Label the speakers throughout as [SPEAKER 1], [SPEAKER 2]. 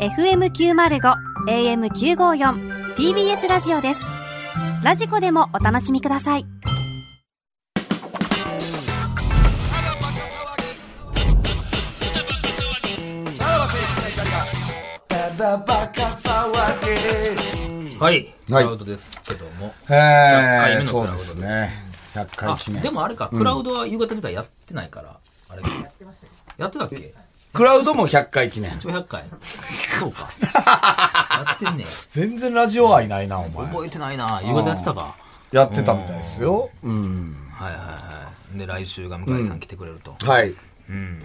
[SPEAKER 1] FM905 AM954 TBS ラジオですラジコでもお楽しみください
[SPEAKER 2] はい、ク
[SPEAKER 3] はい
[SPEAKER 2] ラウドですけども。
[SPEAKER 3] えー、
[SPEAKER 2] 100回目のク
[SPEAKER 3] そ
[SPEAKER 2] ラウ
[SPEAKER 3] う
[SPEAKER 2] ド
[SPEAKER 3] ですね。100回
[SPEAKER 2] あ
[SPEAKER 3] 記、念
[SPEAKER 2] で。もあれか、クラウドは夕方時代やってないから、あれやってたっけ
[SPEAKER 3] クラウドも100回記念。
[SPEAKER 2] 一応100回。そうか。 やってんね
[SPEAKER 3] 全然ラジオ愛ないな、お前。
[SPEAKER 2] 覚えてないな。夕方やってたか。
[SPEAKER 3] やってたみたいですよ。うん。
[SPEAKER 2] はいはいはい。で、来週が向井さん来てくれると。
[SPEAKER 3] はい。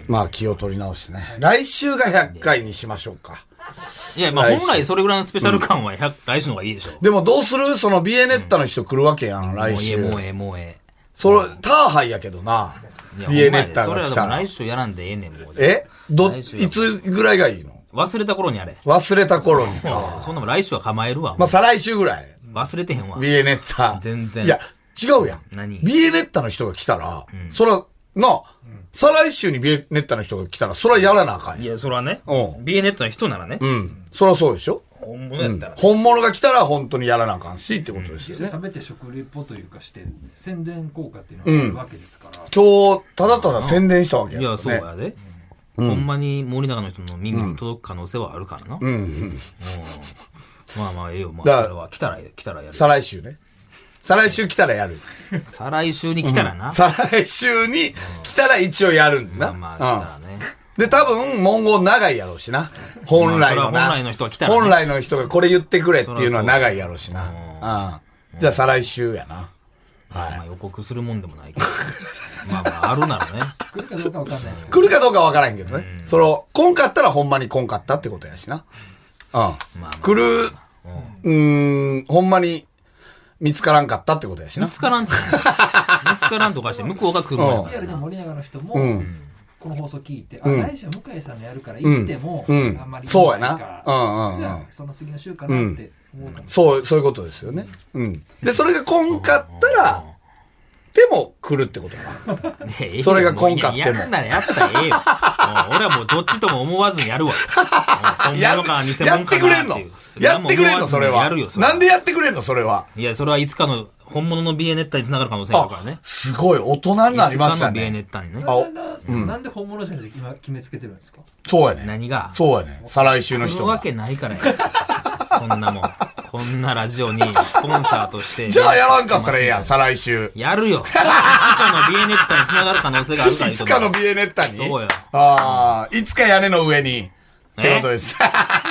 [SPEAKER 3] まあ気を取り直してね。来週が100回にしましょうか。
[SPEAKER 2] いや、まあ
[SPEAKER 3] 来週
[SPEAKER 2] 本来それぐらいのスペシャル感は100来週の方がいいでしょ。
[SPEAKER 3] でもどうするそのビエネッタの人来るわけやん、
[SPEAKER 2] もう
[SPEAKER 3] 来
[SPEAKER 2] ええ、
[SPEAKER 3] 週。
[SPEAKER 2] もうええ、もうえ
[SPEAKER 3] それ、ターハイやけどな
[SPEAKER 2] え。い。や
[SPEAKER 3] ビエネッタ
[SPEAKER 2] ほん
[SPEAKER 3] が
[SPEAKER 2] まや
[SPEAKER 3] 来た
[SPEAKER 2] でそれはでも
[SPEAKER 3] ら
[SPEAKER 2] 来。週やらんでええねん、もう。
[SPEAKER 3] えど、
[SPEAKER 2] 来週
[SPEAKER 3] いつぐらいがいいの
[SPEAKER 2] 忘れた頃にやれ。
[SPEAKER 3] 忘れた 頃にか。
[SPEAKER 2] そんなもん来週は構えるわ。
[SPEAKER 3] まあ再来週ぐらい。
[SPEAKER 2] 忘れてへんわ。
[SPEAKER 3] ビエネッタ。
[SPEAKER 2] 全然
[SPEAKER 3] いや、違うやん。
[SPEAKER 2] 何
[SPEAKER 3] ビエネッタの人が来たら、そら、なあ、再来週にビエネッタの人が来たら、そらやらなあかん
[SPEAKER 2] い
[SPEAKER 3] やん。
[SPEAKER 2] や、それはね
[SPEAKER 3] う、ん
[SPEAKER 2] ビエネットの人ならね
[SPEAKER 3] う、ん。そらそうでしょ
[SPEAKER 2] 本物やったら。
[SPEAKER 3] 本物が来たら本当にやらなあかんしってことですよ
[SPEAKER 4] それ
[SPEAKER 3] ね。
[SPEAKER 4] 食べて食レポというかして宣伝効果っていうのがあるわけですから、
[SPEAKER 3] 今日、ただただ宣伝したわけや
[SPEAKER 2] い
[SPEAKER 3] から
[SPEAKER 2] や、
[SPEAKER 3] ね。
[SPEAKER 2] そうやで。ほんまに森永の人の耳に届く可能性はあるからな。うん。まあまあ、ええよ。ま
[SPEAKER 3] だか
[SPEAKER 2] あ、
[SPEAKER 3] ら
[SPEAKER 2] それは来たら、来たらやる。
[SPEAKER 3] 再来週ね。再来週来たらやる。
[SPEAKER 2] 再来週に来たらな。
[SPEAKER 3] 再来週に来たら一応やるんだ
[SPEAKER 2] まあま
[SPEAKER 3] な。
[SPEAKER 2] あ、来たらね。
[SPEAKER 3] うん。で、多分、文言長いやろうしな。本来の
[SPEAKER 2] ま
[SPEAKER 3] な。
[SPEAKER 2] あそれは本来の人が来たらね
[SPEAKER 3] 本来の人がこれ言ってくれっていうのは長いやろうしな。うん。じゃあ、再来週やな。
[SPEAKER 2] まあ予告するもんでもないけど。まあまあ、あるならね。
[SPEAKER 4] 来るかどうかわかんないですけど
[SPEAKER 3] 来るかどうかわからんけどね。その、来んかったらほんまに来んかったってことやしな。うん。
[SPEAKER 2] まあまあ
[SPEAKER 3] 来る、うーん、ほんまに見つからんかったってことやし
[SPEAKER 2] 見
[SPEAKER 3] な。
[SPEAKER 2] つからんとか、見つからんとかして、向こうが来るもんやか
[SPEAKER 4] リア
[SPEAKER 2] ら
[SPEAKER 4] ルで
[SPEAKER 2] な。
[SPEAKER 4] 森永の人も、
[SPEAKER 3] うん。
[SPEAKER 4] この放送聞いて、
[SPEAKER 3] うん
[SPEAKER 4] あ来週向井さんのやるから行っても、
[SPEAKER 3] うん
[SPEAKER 4] あんまり
[SPEAKER 3] そうや
[SPEAKER 4] いい
[SPEAKER 3] な
[SPEAKER 4] か。
[SPEAKER 3] うんうん
[SPEAKER 4] じ
[SPEAKER 3] うん
[SPEAKER 4] ゃあ。その次の週かなって思うかも、
[SPEAKER 3] そう、そういうことですよね。うん。で、それが来んかったら、でも来るってことか。
[SPEAKER 2] いやええよ
[SPEAKER 3] それが今回
[SPEAKER 2] もういや
[SPEAKER 3] でも
[SPEAKER 2] やるならやったらええよ。もう俺はもうどっちとも思わずにやるわ。もう本
[SPEAKER 3] や
[SPEAKER 2] 物か偽物か
[SPEAKER 3] や
[SPEAKER 2] な
[SPEAKER 3] ってて
[SPEAKER 2] いう
[SPEAKER 3] くれんのやってくれんのそれは。
[SPEAKER 2] やるよ、それ
[SPEAKER 3] なんでやってくれんのそれは。
[SPEAKER 2] いや、それはいつかの本物のビエネッタに繋がる可能性があるからね。
[SPEAKER 3] すごい、大人になりました
[SPEAKER 2] いつかのビエネ
[SPEAKER 3] ね。
[SPEAKER 2] ッタにね。
[SPEAKER 3] あお
[SPEAKER 4] なんでななんで本物じゃないって今決めつけてるんですか
[SPEAKER 3] そうやね。
[SPEAKER 2] 何が
[SPEAKER 3] そうやね。再来週の
[SPEAKER 2] 来
[SPEAKER 3] 人
[SPEAKER 2] る
[SPEAKER 3] が
[SPEAKER 2] わ。けないからや。そんなもん。こんなラジオにスポンサーとして。
[SPEAKER 3] じゃあやらんかったらええやん、再来週。
[SPEAKER 2] やるよ。いつかのビエネッタに繋がる可能性があるから
[SPEAKER 3] いつかのビエネッタに。
[SPEAKER 2] そうよ
[SPEAKER 3] ああ、いつか屋根の上に。ってことです。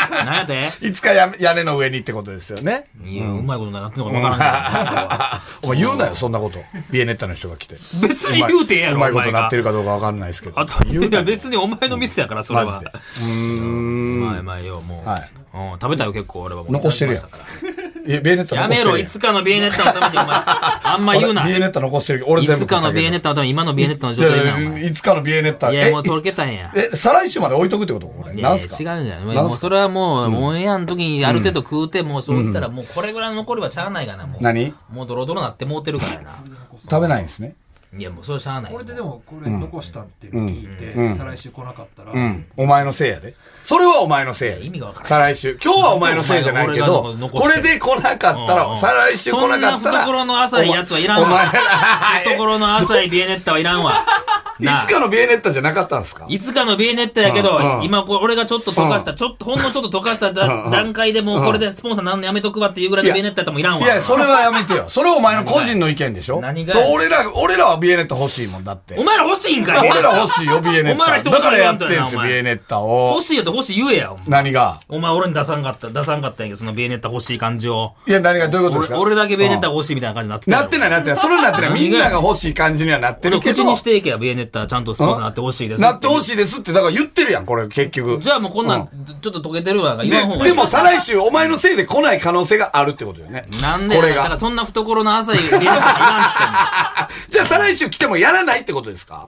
[SPEAKER 2] なんやで
[SPEAKER 3] いつかや屋根の上にってことですよね。
[SPEAKER 2] いや、うまいことなってんのかわからんけどそれは。
[SPEAKER 3] お前言うなよ、そんなこと。ビエネッタの人が来て。
[SPEAKER 2] 別に言うてええやろ、
[SPEAKER 3] うまいこと
[SPEAKER 2] お前が
[SPEAKER 3] なってるかどうかわかんないですけど。
[SPEAKER 2] あと、
[SPEAKER 3] 言う
[SPEAKER 2] い
[SPEAKER 3] な
[SPEAKER 2] や
[SPEAKER 3] よ
[SPEAKER 2] 別にお前のミスやから、それ
[SPEAKER 3] マ
[SPEAKER 2] は
[SPEAKER 3] ジで。。うーん。
[SPEAKER 2] まあまあよ、もう。
[SPEAKER 3] はい
[SPEAKER 2] うん食べたよ、結構俺はもう。
[SPEAKER 3] 残してるやん
[SPEAKER 2] 食べましたか
[SPEAKER 3] え、ビエネッタ
[SPEAKER 2] らや
[SPEAKER 3] 残して
[SPEAKER 2] め
[SPEAKER 3] る
[SPEAKER 2] ろ、いつかのビエネッタのために、お前。あんま言うな。
[SPEAKER 3] ビエ
[SPEAKER 2] い
[SPEAKER 3] ネッタ残してるけど、俺全部食
[SPEAKER 2] つか
[SPEAKER 3] ったけど。
[SPEAKER 2] のビエネッタのために、今のビエネッタの状態な、お
[SPEAKER 3] いやい
[SPEAKER 2] 前。
[SPEAKER 3] やいつかのビエネッタ。
[SPEAKER 2] いや、もう
[SPEAKER 3] え
[SPEAKER 2] 届けたんや。
[SPEAKER 3] え、再来週まで置いとくってことこれ。
[SPEAKER 2] いや
[SPEAKER 3] ないん
[SPEAKER 2] や違
[SPEAKER 3] す
[SPEAKER 2] うん
[SPEAKER 3] か
[SPEAKER 2] じゃ
[SPEAKER 3] な
[SPEAKER 2] ない
[SPEAKER 3] んす
[SPEAKER 2] もう
[SPEAKER 3] か
[SPEAKER 2] それはもう、オンエアの時にある程度食うて、もうそう言ったら、もうこれぐらいの残りはしゃあないがな、もう。
[SPEAKER 3] 何
[SPEAKER 2] もうドロドロなってもうてるからな。
[SPEAKER 3] 食べないんですね。
[SPEAKER 2] いや、もうそれはしゃあない。
[SPEAKER 4] これででもこれ残したって聞いて、再来週来なかったら、
[SPEAKER 3] うん。お前のせいやで。それはお前のせいやで。
[SPEAKER 2] 意味がわからん
[SPEAKER 3] 再来週。今日はお前のせいじゃないけ
[SPEAKER 2] なんでお
[SPEAKER 3] ど
[SPEAKER 2] 前が俺が残、して
[SPEAKER 3] これで来なかった
[SPEAKER 2] うんう
[SPEAKER 3] ら、
[SPEAKER 2] ん
[SPEAKER 3] 再来週来なかったら。
[SPEAKER 2] そんな懐の浅いやつはいらん
[SPEAKER 3] お
[SPEAKER 2] わ
[SPEAKER 3] 前ら、
[SPEAKER 2] 懐の浅いビエネッタはいらんわ。な あ
[SPEAKER 3] いつかのビエネッタじゃなかったんですか
[SPEAKER 2] いつかのビエネッタやけど、
[SPEAKER 3] うんうん
[SPEAKER 2] 今こう、俺がちょっと溶かした、ちょっと、ほんのちょっと溶かしただ段階でもうこれでスポンサーなんのやめとくわっていうぐらいのビエネッタやってもいらん
[SPEAKER 3] い
[SPEAKER 2] わ。
[SPEAKER 3] や、それはやめてよ。それはお前の個人の意見でしょ
[SPEAKER 2] 何が
[SPEAKER 3] そう、俺ら、俺らはビエネッタ欲しいもんだって
[SPEAKER 2] お。前ら欲しいんかい
[SPEAKER 3] 俺ら欲しいよ、ビエネッ
[SPEAKER 2] お前
[SPEAKER 3] タ。
[SPEAKER 2] ら一言
[SPEAKER 3] だからやって
[SPEAKER 2] も言わ
[SPEAKER 3] ん
[SPEAKER 2] ん
[SPEAKER 3] す
[SPEAKER 2] とや
[SPEAKER 3] よ、
[SPEAKER 2] なお前
[SPEAKER 3] ビエネッタを
[SPEAKER 2] 欲。しいよって欲しい言えや。お前
[SPEAKER 3] 何が
[SPEAKER 2] お前俺に出さんかった、出さんかったんやけど、そのビエネッタ欲しい感じを。
[SPEAKER 3] いや、何がどういうことです
[SPEAKER 2] 俺
[SPEAKER 3] か
[SPEAKER 2] 俺だけビエネッタ欲しいみたいな感じになってたや
[SPEAKER 3] な
[SPEAKER 2] ろ。
[SPEAKER 3] ってないなってない。それになってない。
[SPEAKER 2] 何が
[SPEAKER 3] みんなが欲しい感じにはなってるけ
[SPEAKER 2] 口
[SPEAKER 3] ど。
[SPEAKER 2] にしていけや、ビエネッタちゃんとスポンサーなってほしいです。
[SPEAKER 3] なってほし
[SPEAKER 2] い。
[SPEAKER 3] いですって、だから言ってるやん、これ、結局。
[SPEAKER 2] じゃあもうこんなん、ちょっと溶けてるわなんか言わん方
[SPEAKER 3] で、
[SPEAKER 2] がいい。
[SPEAKER 3] でも再来週お前のせいで来ない可能性があるってことよね。
[SPEAKER 2] なんで
[SPEAKER 3] こ
[SPEAKER 2] や
[SPEAKER 3] れ
[SPEAKER 2] だから
[SPEAKER 3] が。
[SPEAKER 2] そんな懐の浅いビエネッタいらんっつってんの。
[SPEAKER 3] じゃあ再来週来てもやらないってことですか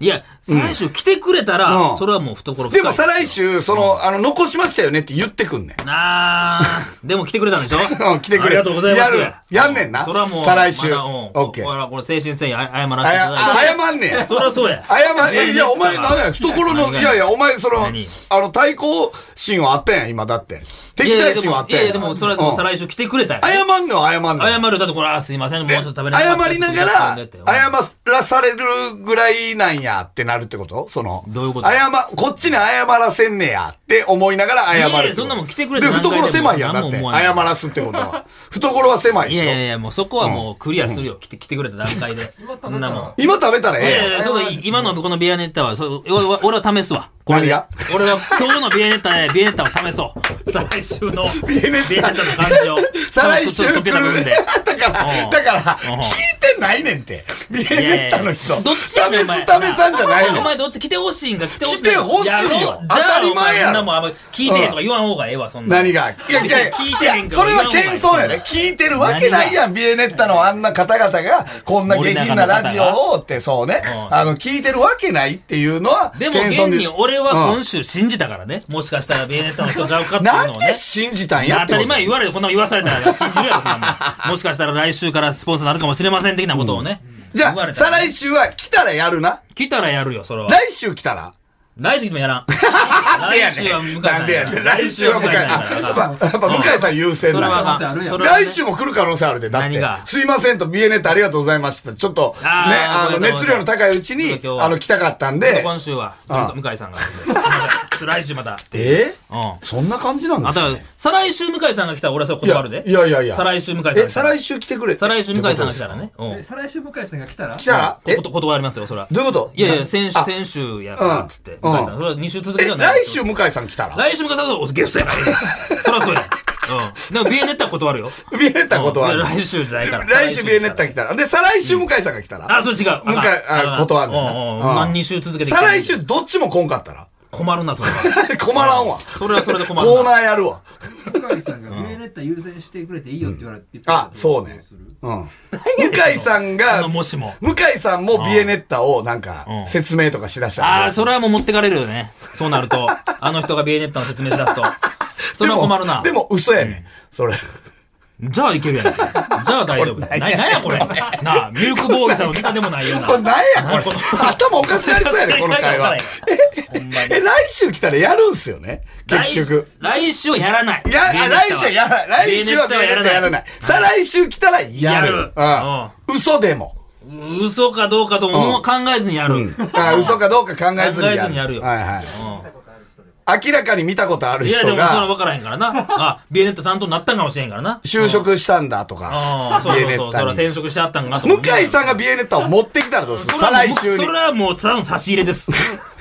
[SPEAKER 2] いや、再来週来てくれた
[SPEAKER 3] う
[SPEAKER 2] ら、
[SPEAKER 3] ん
[SPEAKER 2] それはもう懐深い
[SPEAKER 3] でも再来週、その、あの、残しましたよねって言ってくん ねん。
[SPEAKER 2] なあ、でも来てくれたんでし ょ
[SPEAKER 3] うん来てくれ
[SPEAKER 2] ありがとうございます。
[SPEAKER 3] やるやんねんな
[SPEAKER 2] それはもう、
[SPEAKER 3] 再来週
[SPEAKER 2] まだうん
[SPEAKER 3] オッケー
[SPEAKER 2] ここはこれ、精神誠意あ謝ら
[SPEAKER 3] あ
[SPEAKER 2] せてい
[SPEAKER 3] や
[SPEAKER 2] た、だいて。
[SPEAKER 3] あ謝んねん。
[SPEAKER 2] そりゃそうや。
[SPEAKER 3] 謝ん、いや、お前、
[SPEAKER 2] 言った
[SPEAKER 3] 何
[SPEAKER 2] ら
[SPEAKER 3] や、懐の、
[SPEAKER 2] 何が
[SPEAKER 3] いやいや、お前、その、あ
[SPEAKER 2] 何
[SPEAKER 3] の、対抗心はあったやん、今だって。敵対心はあっ
[SPEAKER 2] い
[SPEAKER 3] た
[SPEAKER 2] やい
[SPEAKER 3] や
[SPEAKER 2] や、
[SPEAKER 3] ん。
[SPEAKER 2] でも、それはもう再来週来てくれたよ。
[SPEAKER 3] うん謝んのは謝んの。
[SPEAKER 2] 謝るだとこれ、あ、すいません、もうちょっと食べれなかった
[SPEAKER 3] 謝りながら、
[SPEAKER 2] る。
[SPEAKER 3] 謝らされるぐらいなんやってなるってことその、
[SPEAKER 2] どういうこと
[SPEAKER 3] 謝、こっちに謝らせんねやって思いながら謝るってこと。
[SPEAKER 2] いやいやそんなもん来てくれた
[SPEAKER 3] で、
[SPEAKER 2] 段階で
[SPEAKER 3] 懐狭いやん、
[SPEAKER 2] もう
[SPEAKER 3] だって。
[SPEAKER 2] 何も思わない
[SPEAKER 3] 謝らすってことは。懐は狭いで
[SPEAKER 2] い
[SPEAKER 3] しょ
[SPEAKER 2] やいやいや、もうそこはもうクリアするよ。来て、来てくれた段階で。そんなもん。
[SPEAKER 3] 今食べたらえ
[SPEAKER 2] い
[SPEAKER 3] え
[SPEAKER 2] やい
[SPEAKER 3] やん。
[SPEAKER 2] や、そうだ、今のこのビアネッタは、そう俺は俺は試すわ。これ
[SPEAKER 3] 何
[SPEAKER 2] で
[SPEAKER 3] が
[SPEAKER 2] 俺は今日のビアネッタで、ビアネッタを試そう。再来週のビアネッタの感じを。
[SPEAKER 3] 再来週
[SPEAKER 2] ちょっ
[SPEAKER 3] 来
[SPEAKER 2] と
[SPEAKER 3] る。
[SPEAKER 2] 溶けた部分で。
[SPEAKER 3] だから、
[SPEAKER 2] うん
[SPEAKER 3] だから、
[SPEAKER 2] うん
[SPEAKER 3] 聞いてないねんて。ビエネッタの人。
[SPEAKER 2] どっちやねんお
[SPEAKER 3] 試
[SPEAKER 2] 前
[SPEAKER 3] すためさんじゃない
[SPEAKER 2] お
[SPEAKER 3] の。
[SPEAKER 2] 前どっち来てほしいんか来てほしいんか
[SPEAKER 3] 来てほしいよ
[SPEAKER 2] やろ
[SPEAKER 3] 当たり前やろ
[SPEAKER 2] じゃあお前そんなもんあんま聞いてへんとか言わん方がええわ、そんな。
[SPEAKER 3] 何が。いやいやい
[SPEAKER 2] 聞いてへ
[SPEAKER 3] や、
[SPEAKER 2] んけ
[SPEAKER 3] そ
[SPEAKER 2] ど
[SPEAKER 3] れは謙遜やね。聞いてるわけないやん。ビエネッタのあんな方々が、こんな下品なラジオをって、そうね。
[SPEAKER 2] うん
[SPEAKER 3] あの、聞いてるわけないっていうのは、
[SPEAKER 2] でも
[SPEAKER 3] 謙遜
[SPEAKER 2] 現に俺は今週信じたからね。もしかしたらビアネッタの人ちゃうかっていう
[SPEAKER 3] な
[SPEAKER 2] の
[SPEAKER 3] ん
[SPEAKER 2] を
[SPEAKER 3] で
[SPEAKER 2] ね。
[SPEAKER 3] 信じたん
[SPEAKER 2] いや
[SPEAKER 3] やっ
[SPEAKER 2] 当
[SPEAKER 3] てこと
[SPEAKER 2] たり前言われる、こんなもん言わされたら信じるやろ、こんなもん。もしかしたら来週からスポンサーなるかもしれません的なことをね。
[SPEAKER 3] じゃ
[SPEAKER 2] 言わ
[SPEAKER 3] あ、
[SPEAKER 2] れた
[SPEAKER 3] 再
[SPEAKER 2] らね
[SPEAKER 3] 来週は来たらやるな。
[SPEAKER 2] 来たらやるよ、それは。
[SPEAKER 3] 来週来たら。
[SPEAKER 2] 来週もやらん。
[SPEAKER 3] なんでや
[SPEAKER 2] 来週は
[SPEAKER 3] ね
[SPEAKER 2] 向
[SPEAKER 3] ん。
[SPEAKER 2] か
[SPEAKER 3] なんでやねん。来週は向井さん。やっぱ、やっぱ向井さん優先
[SPEAKER 2] それ
[SPEAKER 3] だよ
[SPEAKER 2] はあ
[SPEAKER 4] 可能性あ
[SPEAKER 2] かん
[SPEAKER 4] るやん
[SPEAKER 2] それはね
[SPEAKER 3] 来週も来る可能性あるで、だっ
[SPEAKER 2] 何
[SPEAKER 3] て
[SPEAKER 2] が。
[SPEAKER 3] すいませんと、BNET ありがとうございました。ちょっと、ね、
[SPEAKER 2] あー
[SPEAKER 3] あの、
[SPEAKER 2] ごめんな
[SPEAKER 3] 熱
[SPEAKER 2] さい
[SPEAKER 3] 量の高いうち
[SPEAKER 2] ちょ
[SPEAKER 3] に
[SPEAKER 2] っ、と今日は
[SPEAKER 3] あの、来たかったんで。
[SPEAKER 2] 今週は、ちょ
[SPEAKER 3] ああ
[SPEAKER 2] っと向井さんが。すいませんちょっと来週また。
[SPEAKER 3] え
[SPEAKER 2] うん。
[SPEAKER 3] そんな感じなんで
[SPEAKER 2] あ
[SPEAKER 3] す
[SPEAKER 2] とは
[SPEAKER 3] ね。、
[SPEAKER 2] 再来週向井さんが来たら俺はそれ
[SPEAKER 3] いや
[SPEAKER 2] 断るで。
[SPEAKER 3] いやいやいや。
[SPEAKER 2] 再来週向井さんが来た
[SPEAKER 3] え、
[SPEAKER 2] ら。
[SPEAKER 3] 再来週来てくれ。
[SPEAKER 2] 再来週向井さんが来たらね。う
[SPEAKER 4] え
[SPEAKER 2] ん。
[SPEAKER 4] 再来週向井さんが来たら
[SPEAKER 3] 来たらえ
[SPEAKER 2] こ、断りますよ、それは。
[SPEAKER 3] どういうこと
[SPEAKER 2] いやいや、先週、
[SPEAKER 3] あ
[SPEAKER 2] 先週やからっつって。
[SPEAKER 3] うん
[SPEAKER 2] 向井さん、それは2週続け
[SPEAKER 3] え、
[SPEAKER 2] てはない
[SPEAKER 3] 来
[SPEAKER 2] です
[SPEAKER 3] 週
[SPEAKER 2] よ。
[SPEAKER 3] 向井さん来たら
[SPEAKER 2] 来週向井さんはゲストやから。そらそうや。うん。でも、ビエネッタは断るよ。
[SPEAKER 3] ?BNET 断
[SPEAKER 2] うん
[SPEAKER 3] る
[SPEAKER 2] い。や来週じゃないから。
[SPEAKER 3] 来週 BNET 来
[SPEAKER 2] た。
[SPEAKER 3] たら。で、再来週向井さんが来たら
[SPEAKER 2] あ、それ違う。あかん
[SPEAKER 3] 向井あ断んねんな
[SPEAKER 2] うんうん
[SPEAKER 3] うん
[SPEAKER 2] 何二週続けてきて
[SPEAKER 3] 再
[SPEAKER 2] る
[SPEAKER 3] 来週どっちも来んかった ら
[SPEAKER 2] 困るな、それは。
[SPEAKER 3] 困らんわ。
[SPEAKER 2] それはそれで困るな。
[SPEAKER 3] コーナーやるわ。
[SPEAKER 4] 向井さん がビエネッタ優先してくれていいよって言われて
[SPEAKER 3] あ、そうね。うん。向井さんが
[SPEAKER 2] あの、もしも。
[SPEAKER 3] 向井さんもビエネッタをなんか
[SPEAKER 2] うん
[SPEAKER 3] 説明とかしだしたら
[SPEAKER 2] ああ、それはもう持ってかれるよね。そうなると。あの人がビエネッタの説明しだすと。それは困るな。
[SPEAKER 3] でもでも嘘やねん。それ。
[SPEAKER 2] じゃあいけるやん。じゃあ大 丈夫。な、なんやこれ。なあ、ミルクボーイさんのネタでもないよな。
[SPEAKER 3] これなんやこ
[SPEAKER 2] こ
[SPEAKER 3] れ
[SPEAKER 2] の。
[SPEAKER 3] 頭おかしなりそうやねん、この会 話。
[SPEAKER 2] ほんまに
[SPEAKER 3] え、来週来たらやるんすよね結局。
[SPEAKER 2] 来来週はやらない。
[SPEAKER 3] や、あ来週はやらない。来週はビ
[SPEAKER 2] ビエネ
[SPEAKER 3] エ
[SPEAKER 2] ッ
[SPEAKER 3] ネッ
[SPEAKER 2] タ
[SPEAKER 3] タや
[SPEAKER 2] は
[SPEAKER 3] らない。再来週来たらや
[SPEAKER 2] や
[SPEAKER 3] る
[SPEAKER 2] る。
[SPEAKER 3] うん。嘘でも。
[SPEAKER 2] 嘘かどうかとも、う考えずにやる。うん
[SPEAKER 3] あ嘘かどうか考えずにやる。
[SPEAKER 2] 考えずにやるよ
[SPEAKER 3] はいはい。明らかに見たことある
[SPEAKER 2] いや、で
[SPEAKER 3] 人
[SPEAKER 2] もそれ
[SPEAKER 3] が
[SPEAKER 2] は分からへんからな。あ、ビエネッタ担当になったんかもしれんからな。
[SPEAKER 3] 就職したんだと
[SPEAKER 2] あ
[SPEAKER 3] か
[SPEAKER 2] あ、。そうそうそう。それ
[SPEAKER 3] に
[SPEAKER 2] は転職してあったんかと
[SPEAKER 3] 向井さんがビエネッタを持ってきたらどうする再来週に
[SPEAKER 2] それ。はもう、ただの差し入 れです。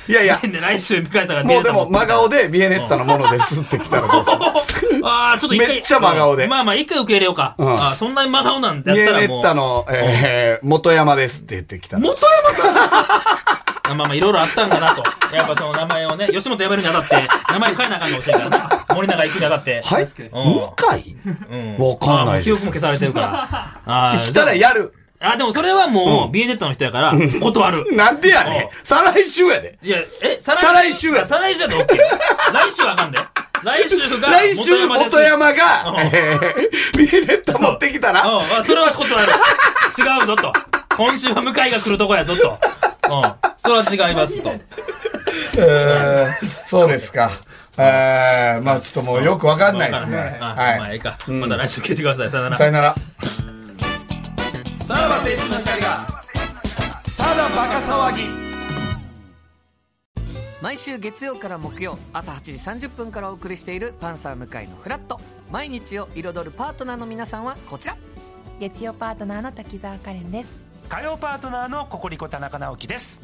[SPEAKER 3] いやいや、
[SPEAKER 2] で、来週、向井さんがビエ
[SPEAKER 3] も
[SPEAKER 2] ネ
[SPEAKER 3] う
[SPEAKER 2] ッ
[SPEAKER 3] で
[SPEAKER 2] タ
[SPEAKER 3] も真顔でビエネッタのものですってきたらどうする
[SPEAKER 2] ああ、ちょっと一回。
[SPEAKER 3] めっちゃ真顔で
[SPEAKER 2] まあまあ、一回受け入れようか。
[SPEAKER 3] ん
[SPEAKER 2] ああそんなに真顔なんだ
[SPEAKER 3] ビ
[SPEAKER 2] やった
[SPEAKER 3] エネ
[SPEAKER 2] らもう。
[SPEAKER 3] ッタの、えー、元山ですって言ってきたら。
[SPEAKER 2] 元山さんまあまあ、いろいろあったん かなと。やっぱその名前をね、吉本やめるにあたって、名前変えなあかんかもしれんからな。森永行くにあたって。
[SPEAKER 3] はい
[SPEAKER 4] 確か
[SPEAKER 3] 向井
[SPEAKER 2] うん。
[SPEAKER 3] わかん
[SPEAKER 2] ま
[SPEAKER 3] な
[SPEAKER 2] あ
[SPEAKER 3] い
[SPEAKER 2] 記
[SPEAKER 3] で
[SPEAKER 2] 憶
[SPEAKER 3] す。
[SPEAKER 2] も消されてるから。 ああ、
[SPEAKER 3] 来たらやる。
[SPEAKER 2] あ、でもそれはもう、ビエネッタの人やから、断る。
[SPEAKER 3] なんでやねん。再来週やで。
[SPEAKER 2] いや、え、再
[SPEAKER 3] 再来週や
[SPEAKER 2] あ再来週やと OK。来週はあかんで。来週が、
[SPEAKER 3] 来週
[SPEAKER 2] 元山です
[SPEAKER 3] 元山が
[SPEAKER 2] うん、
[SPEAKER 3] えー、ビエネッタ持ってきたら、
[SPEAKER 2] うんあ、それは断る。違うぞと。今週は向井が来るとこやぞと。うん。それは違いますと。
[SPEAKER 3] えーそうですか。えー、まあちょっともうよくわかんないですね。
[SPEAKER 2] わからんあまあ
[SPEAKER 3] はい
[SPEAKER 2] い
[SPEAKER 3] い。
[SPEAKER 2] か。また来週聞いてください。さよなら
[SPEAKER 3] さ。よなら。
[SPEAKER 2] さらば青春の光が。
[SPEAKER 3] ただバカ騒ぎ。
[SPEAKER 5] 毎週月曜から木曜朝8時30分からお送りしている「パンサー向井のフラット」毎日を彩るパートナーの皆さんはこちら
[SPEAKER 6] 月曜パートナーの滝沢カレンです
[SPEAKER 7] 火曜パートナーのココリコ田中直樹です